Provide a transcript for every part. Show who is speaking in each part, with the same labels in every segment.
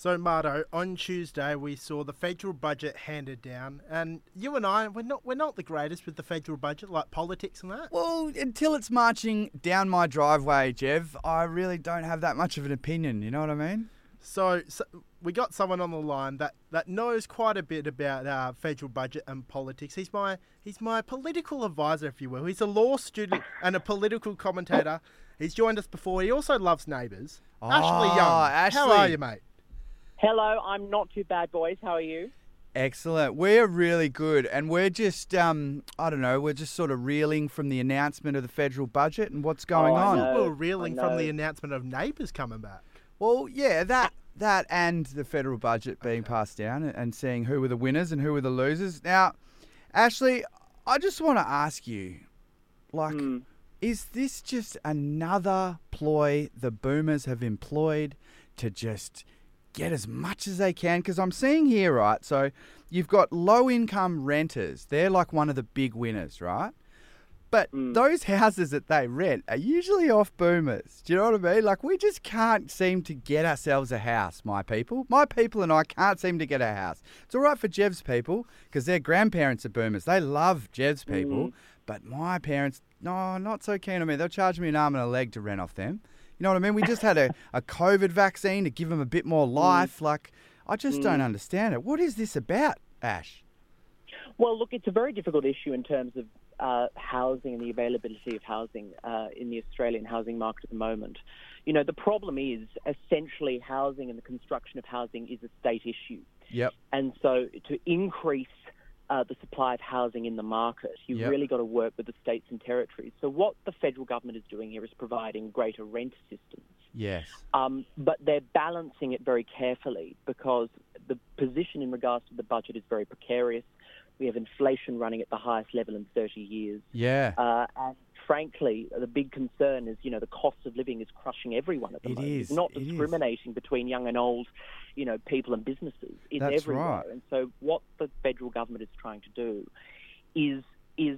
Speaker 1: So, Mardo, on Tuesday we saw the federal budget handed down, and you and I we're not we're not the greatest with the federal budget, like politics and that.
Speaker 2: Well, until it's marching down my driveway, Jev, I really don't have that much of an opinion. You know what I mean?
Speaker 1: So, so we got someone on the line that, that knows quite a bit about uh, federal budget and politics. He's my he's my political advisor, if you will. He's a law student and a political commentator. He's joined us before. He also loves neighbours. Ashley Young,
Speaker 2: Ah,
Speaker 1: how
Speaker 2: Ashley.
Speaker 1: are you, mate?
Speaker 3: Hello, I'm not too bad, boys. How are you?
Speaker 2: Excellent. We're really good, and we're just um, I don't know, we're just sort of reeling from the announcement of the federal budget and what's going
Speaker 3: Oh, I
Speaker 2: on.
Speaker 3: know.
Speaker 1: we were
Speaker 3: I
Speaker 1: reeling from the
Speaker 3: know.
Speaker 1: announcement of neighbours coming back.
Speaker 2: Well, yeah, that that and the federal budget being passed down and- and seeing who were the winners and who were the losers. Now, Ashley, I just want to ask you, like, is this just another ploy the boomers have employed to just get as much as they can? Because I'm seeing here, right? So you've got low income renters. They're like one of the big winners, right? But those houses that they rent are usually off boomers. Do you know what I mean? Like, we just can't seem to get ourselves a house, my people. My people and I can't seem to get a house. It's all right for Jev's people because their grandparents are boomers. They love Jev's people. But my parents, no, not so keen on me. They'll charge me an arm and a leg to rent off them. You know what I mean? We just had a, a COVID vaccine to give them a bit more life. Like, I just don't understand it. What is this about, Ash?
Speaker 3: Well, look, it's a very difficult issue in terms of uh, housing and the availability of housing uh, in the Australian housing market at the moment. You know, the problem is essentially housing and the construction of housing is a state issue.
Speaker 2: Yep.
Speaker 3: And so to increase uh, the supply of housing in the market, you've
Speaker 2: Yep.
Speaker 3: really got to work with the states and territories. So what the federal government is doing here is providing greater rent assistance.
Speaker 2: Yes.
Speaker 3: Um, but they're balancing it very carefully because the position in regards to the budget is very precarious. We have inflation running at the highest level in 30 years.
Speaker 2: Yeah.
Speaker 3: Uh, and frankly, the big concern is, you know, the cost of living is crushing everyone at the
Speaker 2: It
Speaker 3: moment.
Speaker 2: is,
Speaker 3: It's not
Speaker 2: it is.
Speaker 3: discriminating between young and old, you know, people and businesses. It's
Speaker 2: That's
Speaker 3: everywhere.
Speaker 2: right.
Speaker 3: And so what the federal government is trying to do is is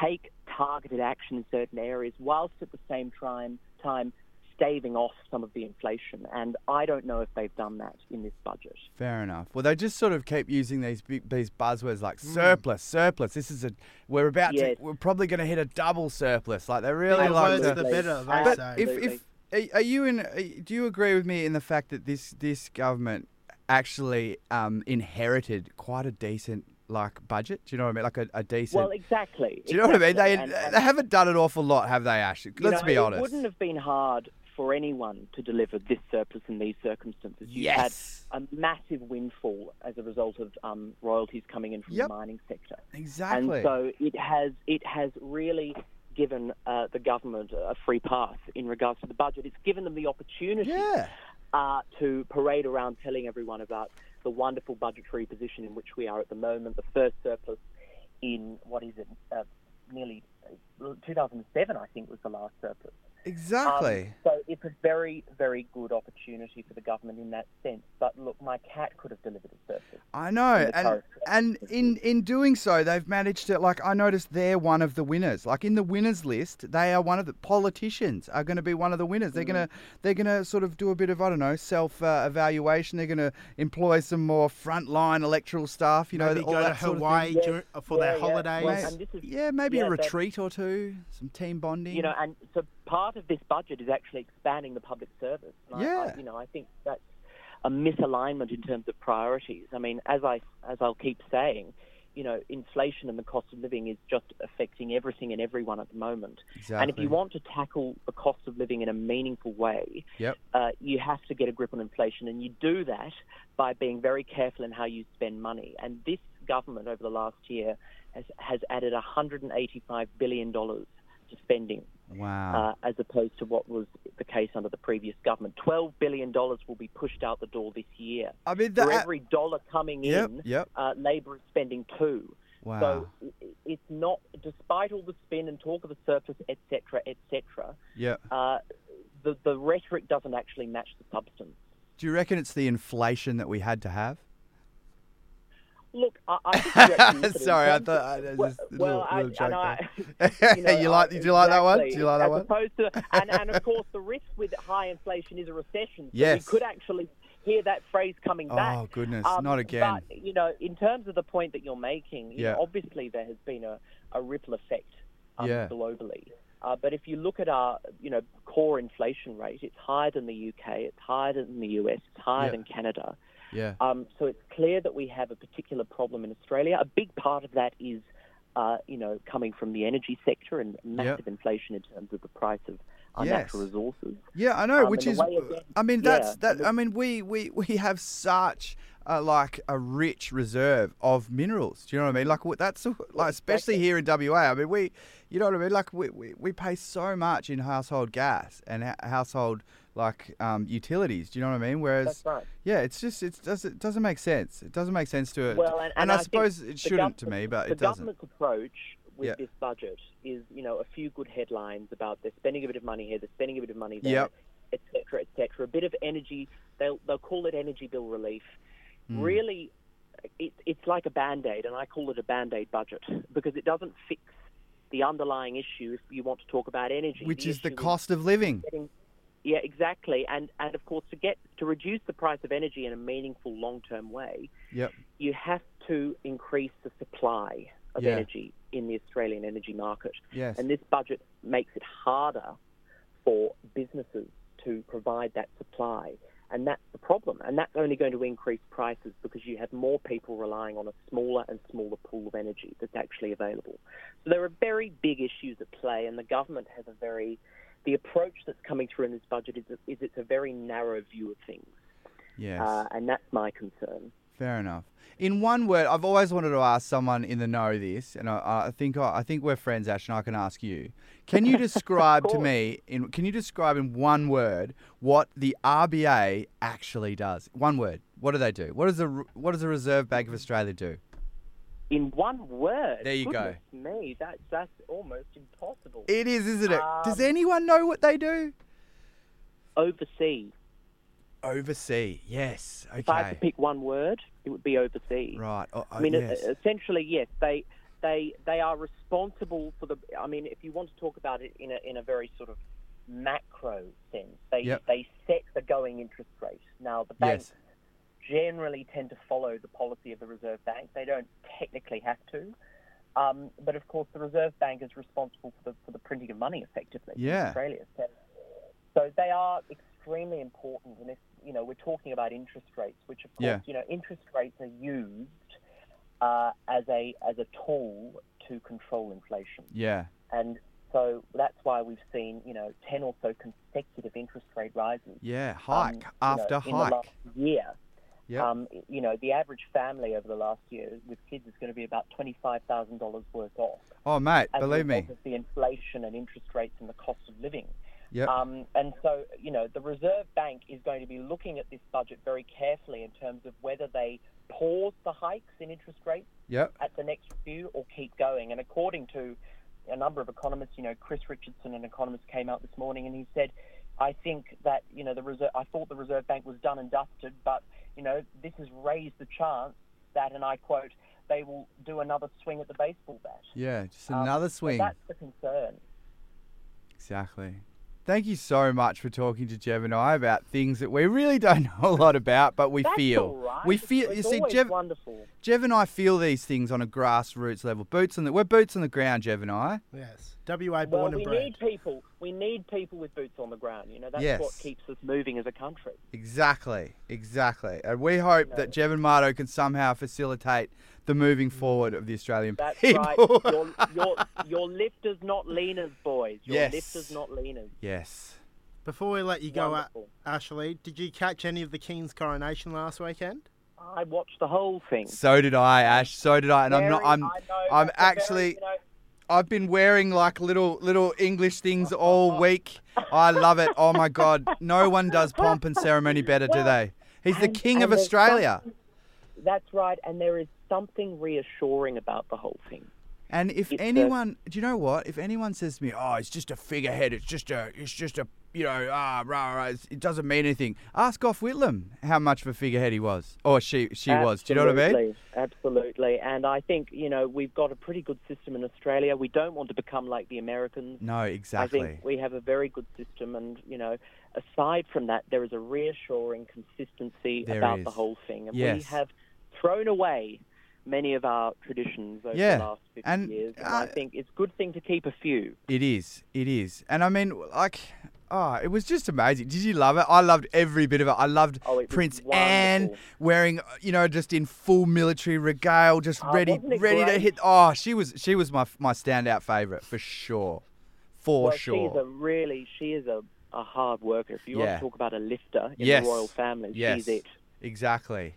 Speaker 3: take targeted action in certain areas whilst at the same time time staving off some of the inflation. And I don't know if they've done that in this budget.
Speaker 2: Fair enough. Well, they just sort of keep using these bi- these buzzwords like surplus, surplus. This is a we're about
Speaker 3: Hmm. Yes.
Speaker 2: to we're probably going to hit a double surplus. Like they really
Speaker 1: The
Speaker 2: like
Speaker 1: worse
Speaker 2: to,
Speaker 1: the better, they
Speaker 2: But
Speaker 1: say.
Speaker 2: if if are are you in? are- Do you agree with me in the fact that this this government actually um, inherited quite a decent like budget? Do you know what I mean? Like a, a decent.
Speaker 3: well, exactly.
Speaker 2: do you know what I mean? They,
Speaker 3: exactly. And- and-
Speaker 2: they haven't done an awful lot, have they, Ash?
Speaker 3: You
Speaker 2: Let's
Speaker 3: know,
Speaker 2: be honest.
Speaker 3: It wouldn't have been hard for anyone to deliver this surplus in these circumstances. You
Speaker 2: Yes.
Speaker 3: had a massive windfall as a result of um, royalties coming in from
Speaker 2: Yep.
Speaker 3: the mining sector,
Speaker 2: exactly.
Speaker 3: and so it has it has really given uh, the government a free pass in regards to the budget. It's given them the opportunity
Speaker 2: yeah.
Speaker 3: uh, to parade around telling everyone about the wonderful budgetary position in which we are at the moment, the first surplus in what is it, uh, nearly uh, 2007, I think, was the last surplus. Um,
Speaker 2: Exactly.
Speaker 3: so it's a very, very good opportunity for the government in that sense. But look, my cat could have delivered a surplus.
Speaker 2: I know,
Speaker 3: in the
Speaker 2: and
Speaker 3: current
Speaker 2: and in in doing so, they've managed to like. I noticed they're one of the winners. Like in the winners list, they are one of the politicians are going to be one of the winners. They're gonna
Speaker 3: Mm.
Speaker 2: they're gonna sort of do a bit of I don't know self uh, evaluation. They're gonna employ some more frontline electoral staff. You know,
Speaker 1: Maybe
Speaker 2: all
Speaker 1: go to
Speaker 2: that sort of thing.
Speaker 1: Hawaii
Speaker 3: Yes,
Speaker 1: dur- for
Speaker 3: yeah,
Speaker 1: their
Speaker 3: yeah.
Speaker 1: holidays.
Speaker 3: Well, and this is-
Speaker 2: yeah, maybe a
Speaker 3: yeah, that-
Speaker 2: retreat or two, some team bonding.
Speaker 3: You know, and so part of this budget is actually expanding the public service. And I,
Speaker 2: Yeah.
Speaker 3: I, you know, I think that's a misalignment in terms of priorities. I mean, as I as I'll keep saying, you know, inflation and the cost of living is just affecting everything and everyone at the moment. And if
Speaker 2: Exactly.
Speaker 3: you want to tackle the cost of living in a meaningful way,
Speaker 2: Yep.
Speaker 3: uh, you have to get a grip on inflation, and you do that by being very careful in how you spend money. And this government over the last year has, has added $185 billion to spending,
Speaker 2: Wow.
Speaker 3: uh, as opposed to what was the case under the previous government. $12 billion will be pushed out the door this year.
Speaker 2: I mean,
Speaker 3: For
Speaker 2: that.
Speaker 3: every dollar coming
Speaker 2: Yep,
Speaker 3: in,
Speaker 2: yep.
Speaker 3: Uh, Labor is spending two.
Speaker 2: Wow.
Speaker 3: So i- i- it's not, despite all the spin and talk of a surplus, et cetera, et cetera,
Speaker 2: yeah.
Speaker 3: uh, the, the rhetoric doesn't actually match the substance.
Speaker 2: Do you reckon it's the inflation that we had to have?
Speaker 3: Look, I, I think you're actually looking at it in
Speaker 2: Sorry, I
Speaker 3: terms
Speaker 2: thought I,
Speaker 3: of-
Speaker 2: just
Speaker 3: well,
Speaker 2: a little,
Speaker 3: well, I-
Speaker 2: little joke
Speaker 3: and I-
Speaker 2: there.
Speaker 3: know,
Speaker 2: you like do you like that one? Do you like that
Speaker 3: exactly,
Speaker 2: one?
Speaker 3: As opposed to, and, and of course, the risk with high inflation is a recession. So
Speaker 2: Yes.
Speaker 3: we could actually hear that phrase coming back. Um,
Speaker 2: Oh, goodness, not again.
Speaker 3: But, you know, in terms of the point that you're making, you
Speaker 2: Yeah.
Speaker 3: know, obviously there has been a, a ripple effect um,
Speaker 2: Yeah.
Speaker 3: globally. Uh, but if you look at our, you know, core inflation rate, it's higher than the UK, it's higher than the US, it's higher
Speaker 2: Yeah.
Speaker 3: than Canada.
Speaker 2: Yeah.
Speaker 3: Um, so it's clear that we have a particular problem in Australia. A big part of that is, uh, you know, coming from the energy sector and massive inflation in terms of the price of our
Speaker 2: Yes.
Speaker 3: natural resources.
Speaker 2: Yeah, I know.
Speaker 3: Um,
Speaker 2: which
Speaker 3: in a
Speaker 2: is, uh,
Speaker 3: way, again,
Speaker 2: I mean,
Speaker 3: yeah,
Speaker 2: that's that.
Speaker 3: and
Speaker 2: I mean, we we we have such a, like a rich reserve of minerals. Do you know what I mean? Like what- that's like especially
Speaker 3: exactly.
Speaker 2: here in WA. I mean, we, you know what I mean? Like we we, we pay so much in household gas and ho- household like um, utilities. Do you know what I mean? Whereas
Speaker 3: That's right.
Speaker 2: yeah, it's just it's does it doesn't make sense. It doesn't make sense to it.
Speaker 3: Well, and, and
Speaker 2: I,
Speaker 3: think
Speaker 2: suppose
Speaker 3: the
Speaker 2: it shouldn't to
Speaker 3: government-
Speaker 2: me, but
Speaker 3: the
Speaker 2: it doesn't.
Speaker 3: government's approach with
Speaker 2: Yeah.
Speaker 3: this budget is, you know, a few good headlines about they're spending a bit of money here, they're spending a bit of money there,
Speaker 2: Yep.
Speaker 3: et cetera, et cetera. A bit of energy, they'll they'll call it energy bill relief.
Speaker 2: Hmm.
Speaker 3: Really, it, it's like a band aid, and I call it a band aid budget because it doesn't fix the underlying issue. If you want to talk about energy,
Speaker 2: Which is the
Speaker 3: issue
Speaker 2: cost of living.
Speaker 3: getting- yeah, exactly. And and of course, to get to reduce the price of energy in a meaningful long-term way,
Speaker 2: Yep.
Speaker 3: you have to increase the supply of
Speaker 2: Yeah.
Speaker 3: energy in the Australian energy market.
Speaker 2: Yes.
Speaker 3: And this budget makes it harder for businesses to provide that supply. And that's the problem. And that's only going to increase prices because you have more people relying on a smaller and smaller pool of energy that's actually available. So there are very big issues at play, and the government has a very, the approach that's coming through in this budget is, is it's a very narrow view of things.
Speaker 2: Yes.
Speaker 3: Uh, and that's my concern.
Speaker 2: Fair enough. In one word, I've always wanted to ask someone in the know this, and I, I think I, I think we're friends, Ash, and I can ask you. Can you describe to
Speaker 3: course.
Speaker 2: me in Can you describe in one word what the RBA actually does? One word. What do they do? What does the Re- What does the Reserve Bank of Australia do?
Speaker 3: In one word.
Speaker 2: There you go.
Speaker 3: goodness Me, that's that's almost impossible.
Speaker 2: It is, isn't it? does
Speaker 3: Um,
Speaker 2: anyone know what they do?
Speaker 3: oversee.
Speaker 2: Oversee. Yes.
Speaker 3: If I had to
Speaker 2: Okay.
Speaker 3: pick one word, it would be oversee.
Speaker 2: Right. Oh, oh,
Speaker 3: I mean, e-
Speaker 2: yes.
Speaker 3: essentially, yes, they they they are responsible for the. I mean, if you want to talk about it in a in a very sort of macro sense, they
Speaker 2: Yep.
Speaker 3: they set the going interest rate. Now, the banks
Speaker 2: yes.
Speaker 3: generally tend to follow the policy of the Reserve Bank. They don't technically have to. Um, but of course, the Reserve Bank is responsible for the, for the printing of money effectively
Speaker 2: Yeah.
Speaker 3: in Australia. So, so they are extremely important. And if, you know, we're talking about interest rates, which of course,
Speaker 2: Yeah.
Speaker 3: you know, interest rates are used uh, as, a, as a tool to control inflation.
Speaker 2: Yeah.
Speaker 3: And so that's why we've seen, you know, 10 or so consecutive interest rate rises
Speaker 2: Yeah.
Speaker 3: um,
Speaker 2: Hike
Speaker 3: you know,
Speaker 2: after
Speaker 3: in the
Speaker 2: hike.
Speaker 3: last year.
Speaker 2: Yep.
Speaker 3: Um, you know, the average family over the last year with kids is going to be about twenty-five thousand dollars worth off.
Speaker 2: oh, mate.
Speaker 3: as a
Speaker 2: Believe me.
Speaker 3: result of the inflation and interest rates and the cost of living.
Speaker 2: Yep.
Speaker 3: Um, and so, you know, the Reserve Bank is going to be looking at this budget very carefully in terms of whether they pause the hikes in interest rates
Speaker 2: Yep.
Speaker 3: at the next few or keep going. And according to a number of economists, you know, Chris Richardson, an economist, came out this morning and he said, I think that, you know, the Reserve, I thought the Reserve Bank was done and dusted, but, you know, this has raised the chance that, and I quote, they will do another swing at the baseball bat.
Speaker 2: Yeah. Just
Speaker 3: Um,
Speaker 2: another
Speaker 3: so
Speaker 2: swing.
Speaker 3: that's the concern.
Speaker 2: Exactly. Thank you so much for talking to Jev and I about things that we really don't know a lot about, but we
Speaker 3: That's
Speaker 2: feel.
Speaker 3: all right.
Speaker 2: We feel.
Speaker 3: It's
Speaker 2: you see,
Speaker 3: always
Speaker 2: Jev,
Speaker 3: wonderful.
Speaker 2: Jev and I feel these things on a grassroots level. Boots on the we're boots on the ground, Jev and I.
Speaker 1: Yes. WA born
Speaker 3: Well,
Speaker 1: and
Speaker 3: we
Speaker 1: bred.
Speaker 3: need people. We need people with boots on the ground. You know, that's
Speaker 2: Yes.
Speaker 3: what keeps us moving as a country.
Speaker 2: Exactly. Exactly. And we hope that Jev and Marto can somehow facilitate the moving forward of the Australian
Speaker 3: Mm. That's
Speaker 2: people.
Speaker 3: right. Your, your, your lifters, not leaners, boys. Your
Speaker 2: Yes.
Speaker 3: lifters, not leaners.
Speaker 2: yes.
Speaker 1: Before we let you go, A-
Speaker 3: Wonderful.
Speaker 1: Ashley, did you catch any of the King's coronation last weekend?
Speaker 3: I watched the whole thing.
Speaker 2: So did I, Ash. So did I. And I'm not.
Speaker 3: Very-
Speaker 2: I'm.
Speaker 3: I know,
Speaker 2: I'm
Speaker 3: that's a very,
Speaker 2: actually.
Speaker 3: you know,
Speaker 2: I've been wearing like little little English things all week. I love it. Oh my god, no one does pomp and ceremony better, do
Speaker 3: Well,
Speaker 2: they? He's the
Speaker 3: and-
Speaker 2: king of
Speaker 3: and there's
Speaker 2: Australia.
Speaker 3: something- that's right. And there is something reassuring about the whole thing.
Speaker 2: And if
Speaker 3: it's uh, a-
Speaker 2: anyone, do you know what? If anyone says to me, "Oh, it's just a figurehead. It's just a. It's just a. You know, ah, rah, rah, it's- it doesn't mean anything." Ask off Whitlam how much of a figurehead he was, or she she was. Do you know what I mean?
Speaker 3: Absolutely, Absolutely. And I think, you know, we've got a pretty good system in Australia. We don't want to become like the Americans.
Speaker 2: No, exactly.
Speaker 3: I think we have a very good system. And, you know, aside from that, there is a reassuring consistency
Speaker 2: There
Speaker 3: about the
Speaker 2: is.
Speaker 3: whole thing. And we
Speaker 2: Yes.
Speaker 3: have thrown away many of our traditions over
Speaker 2: Yeah.
Speaker 3: the last 50
Speaker 2: And,
Speaker 3: years. And I
Speaker 2: uh,
Speaker 3: think it's a good thing to keep a few.
Speaker 2: It is. It is. And I mean, like, oh, it was just amazing. Did you love it? I loved every bit of it. I loved
Speaker 3: Oh, it was
Speaker 2: Prince Anne
Speaker 3: wonderful.
Speaker 2: wearing, you know, just in full military regale, just
Speaker 3: Oh,
Speaker 2: ready,
Speaker 3: wasn't it
Speaker 2: ready to
Speaker 3: great?
Speaker 2: hit. Oh, she was, she was my my standout favorite for sure, for
Speaker 3: well,
Speaker 2: sure.
Speaker 3: she's a really, she is a, a hard worker. If you want
Speaker 2: Yeah.
Speaker 3: to talk about a lifter in
Speaker 2: Yes.
Speaker 3: the royal family,
Speaker 2: yes,
Speaker 3: she's it.
Speaker 2: exactly.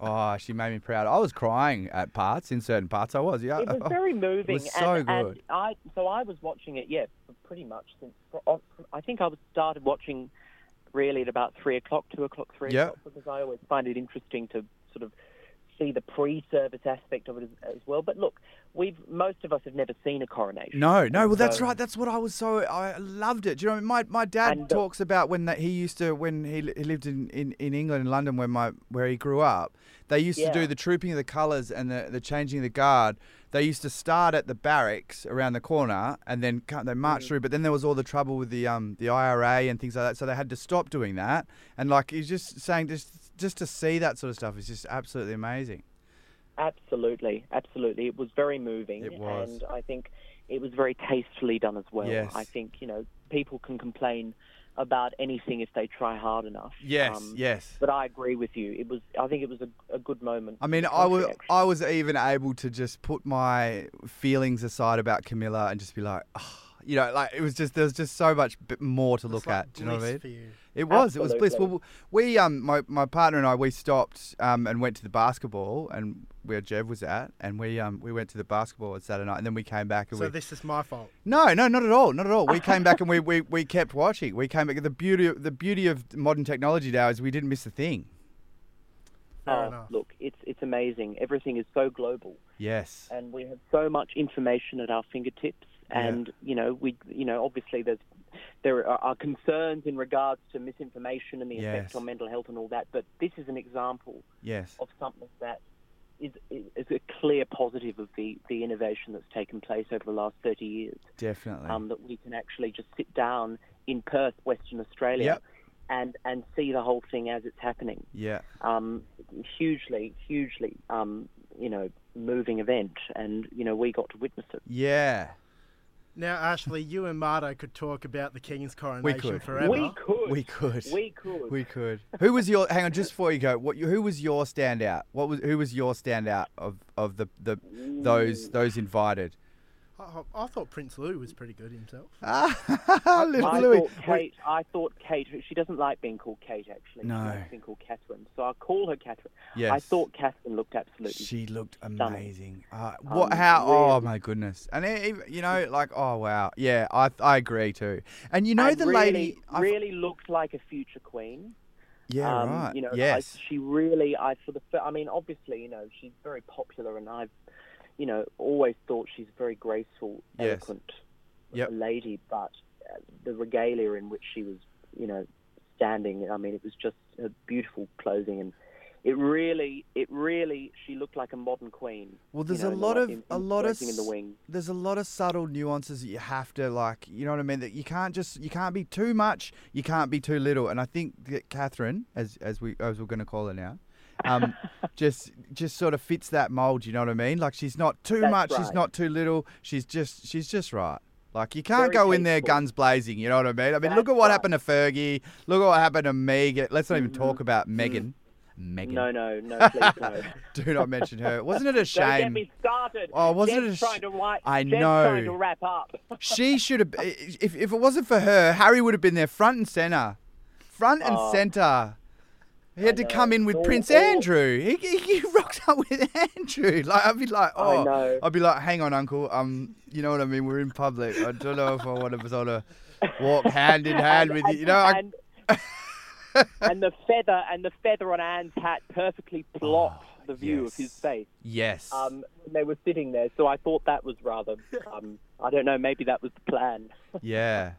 Speaker 2: Oh, she made me proud. I was crying at parts, in certain parts. I was. Yeah.
Speaker 3: It was very moving.
Speaker 2: so
Speaker 3: and, And
Speaker 2: good.
Speaker 3: I, so I was watching it, yeah, for pretty much since. oh, I think I was started watching really at about three o'clock, two o'clock, three
Speaker 2: Yeah.
Speaker 3: o'clock, because I always find it interesting to sort of see the pre-service aspect of it as, as well. But look, we've most of us have never seen a coronation.
Speaker 2: No, no. Well, that's
Speaker 3: So-
Speaker 2: right. That's what I was so I loved it. Do you know my my dad
Speaker 3: And uh, the-
Speaker 2: talks about when that he used to when he, li- he lived in, in, in England in London where my where he grew up. They used to do
Speaker 3: Yeah.
Speaker 2: the trooping of the colours and the, the changing of the guard. They used to start at the barracks around the corner and then come, they marched
Speaker 3: Mm.
Speaker 2: through. But then there was all the trouble with the um the IRA and things like that. So they had to stop doing that. And like he's just saying, just just to see that sort of stuff is just absolutely amazing.
Speaker 3: Absolutely, absolutely. It was very moving,
Speaker 2: It was.
Speaker 3: and I think it was very tastefully done as well.
Speaker 2: Yes.
Speaker 3: I think you know people can complain about anything if they try hard enough.
Speaker 2: Yes,
Speaker 3: Um,
Speaker 2: yes.
Speaker 3: But I agree with you. It was. I think it was a, a good moment.
Speaker 2: I mean,
Speaker 3: for the
Speaker 2: I was
Speaker 3: country, actually.
Speaker 2: I was even able to just put my feelings aside about Camilla and just be like, "Ah," you know, like it was just there was just so much bit more to look
Speaker 1: like
Speaker 2: at. Do you know what I
Speaker 1: bliss
Speaker 2: mean?
Speaker 1: for you.
Speaker 2: It was it was blissful.
Speaker 3: Absolutely.
Speaker 2: we um my, my partner and I we stopped um and went to the basketball and where Jev was at and we um we went to the basketball on Saturday night and then we came back and
Speaker 1: So
Speaker 2: we
Speaker 1: this is my fault.
Speaker 2: no, no, not at all, not at all. We came back and we, we, we kept watching. We came back. The beauty the beauty of modern technology now is we didn't miss a thing.
Speaker 1: Fair
Speaker 3: Oh,
Speaker 1: enough.
Speaker 3: look, it's it's amazing. Everything is so global,
Speaker 2: Yes.
Speaker 3: and we have so much information at our fingertips. And you know, we you know obviously there's there are, are concerns in regards to misinformation and the
Speaker 2: Yes.
Speaker 3: effect on mental health and all that. But this is an example
Speaker 2: Yes.
Speaker 3: of something that is, is a clear positive of the, the innovation that's taken place over the last 30 years.
Speaker 2: Definitely.
Speaker 3: Um, that we can actually just sit down in Perth, Western Australia,
Speaker 2: Yep.
Speaker 3: and, and see the whole thing as it's happening.
Speaker 2: yeah.
Speaker 3: Um, hugely, hugely, um, you know, moving event. And, you know, we got to witness it.
Speaker 2: Yeah.
Speaker 1: Now, Ashley, you and Marta could talk about the King's coronation
Speaker 2: could.
Speaker 1: forever.
Speaker 3: We could.
Speaker 2: We could.
Speaker 3: We could.
Speaker 2: We could. Who was your? Hang on, just before you go, what? You, who was your standout? What was? Who was your standout of of the the those those invited?
Speaker 1: I, I- I thought Prince Lou was pretty good himself.
Speaker 2: Ah, little
Speaker 3: I
Speaker 2: Louis.
Speaker 3: thought Kate. I thought Kate. She doesn't like being called Kate. Actually,
Speaker 2: No.
Speaker 3: she likes being called Catherine. So I'll call her Catherine. I
Speaker 2: Yes.
Speaker 3: thought Catherine looked absolutely.
Speaker 2: She looked
Speaker 3: stunning.
Speaker 2: amazing. Uh, what?
Speaker 3: Um,
Speaker 2: How? Oh
Speaker 3: really.
Speaker 2: my goodness! And e- e- you know, like, oh wow, yeah, I I agree too. And you know,
Speaker 3: and
Speaker 2: the
Speaker 3: really,
Speaker 2: lady, I-
Speaker 3: really looked like a future queen.
Speaker 2: yeah,
Speaker 3: um,
Speaker 2: right,
Speaker 3: You know, I-
Speaker 2: yes,
Speaker 3: she really. I for the. fir- I mean, obviously, you know, she's very popular, and I've, you know, always thought she's a very graceful,
Speaker 2: Yes.
Speaker 3: eloquent
Speaker 2: Yep.
Speaker 3: lady. But uh, the regalia in which she was, you know, standing. I mean, it was just a beautiful clothing and. It really, it really, she looked like a modern queen.
Speaker 2: Well,
Speaker 3: you
Speaker 2: there's
Speaker 3: know,
Speaker 2: a
Speaker 3: in the
Speaker 2: lot
Speaker 3: li-
Speaker 2: of
Speaker 3: in-
Speaker 2: a
Speaker 3: in
Speaker 2: lot of
Speaker 3: floating in the
Speaker 2: s-
Speaker 3: wing.
Speaker 2: There's a lot of subtle nuances that you have to like. You know what I mean? That you can't just you can't be too much, you can't be too little. And I think that Catherine, as as we as we're going to call her now, um, just just sort of fits that mold. You know what I mean? Like she's not too
Speaker 3: That's
Speaker 2: much, she's
Speaker 3: right.
Speaker 2: not too little. She's just she's just right. Like you can't
Speaker 3: Very
Speaker 2: go in there
Speaker 3: tasteful.
Speaker 2: guns blazing. You know what I mean? I mean, look
Speaker 3: That's
Speaker 2: at what
Speaker 3: right.
Speaker 2: happened
Speaker 3: Mm-hmm.
Speaker 2: to Fergie. Look at what happened to Megan. Let's not even talk about Megan. Megan.
Speaker 3: No, no, no, please no.
Speaker 2: Do not mention her. Wasn't it a shame?
Speaker 3: Don't get me started.
Speaker 2: Oh, wasn't
Speaker 3: Jen's
Speaker 2: it a sh-
Speaker 3: trying to write,
Speaker 2: I
Speaker 3: Jen's
Speaker 2: know.
Speaker 3: trying to wrap up.
Speaker 2: She should have. If, if it wasn't for her, Harry would have been there front and center, front and
Speaker 3: Oh.
Speaker 2: center. He had to
Speaker 3: know.
Speaker 2: come in with
Speaker 3: All-
Speaker 2: Prince
Speaker 3: all-
Speaker 2: Andrew. He, he, he rocks up with Andrew. Like I'd be like, oh,
Speaker 3: know.
Speaker 2: I'd be like, hang on, Uncle. Um, you know what I mean? We're in public. I don't know if I want to sort of walk hand in hand with you. You know, I,
Speaker 3: and, and the feather and the feather on Anne's hat perfectly blocked
Speaker 2: Ah,
Speaker 3: the view
Speaker 2: yes.
Speaker 3: of his face
Speaker 2: yes.
Speaker 3: um, when they were sitting there. So I thought that was rather, um, I don't know, maybe that was the plan.
Speaker 2: yeah.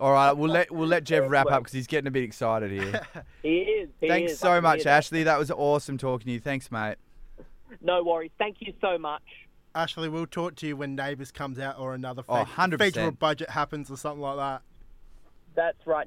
Speaker 2: All right, we'll let we'll let Jeff wrap up
Speaker 3: worked.
Speaker 2: because he's getting a bit excited here.
Speaker 3: He is. He
Speaker 2: Thanks
Speaker 3: is, I
Speaker 2: so
Speaker 3: can
Speaker 2: much,
Speaker 3: hear that.
Speaker 2: Ashley. That was awesome talking to you. Thanks, mate.
Speaker 3: No worries. Thank you so much.
Speaker 1: Ashley, we'll talk to you when Neighbours comes out or another
Speaker 2: Oh,
Speaker 1: federal
Speaker 2: 100%.
Speaker 1: budget happens or something like that.
Speaker 3: That's right.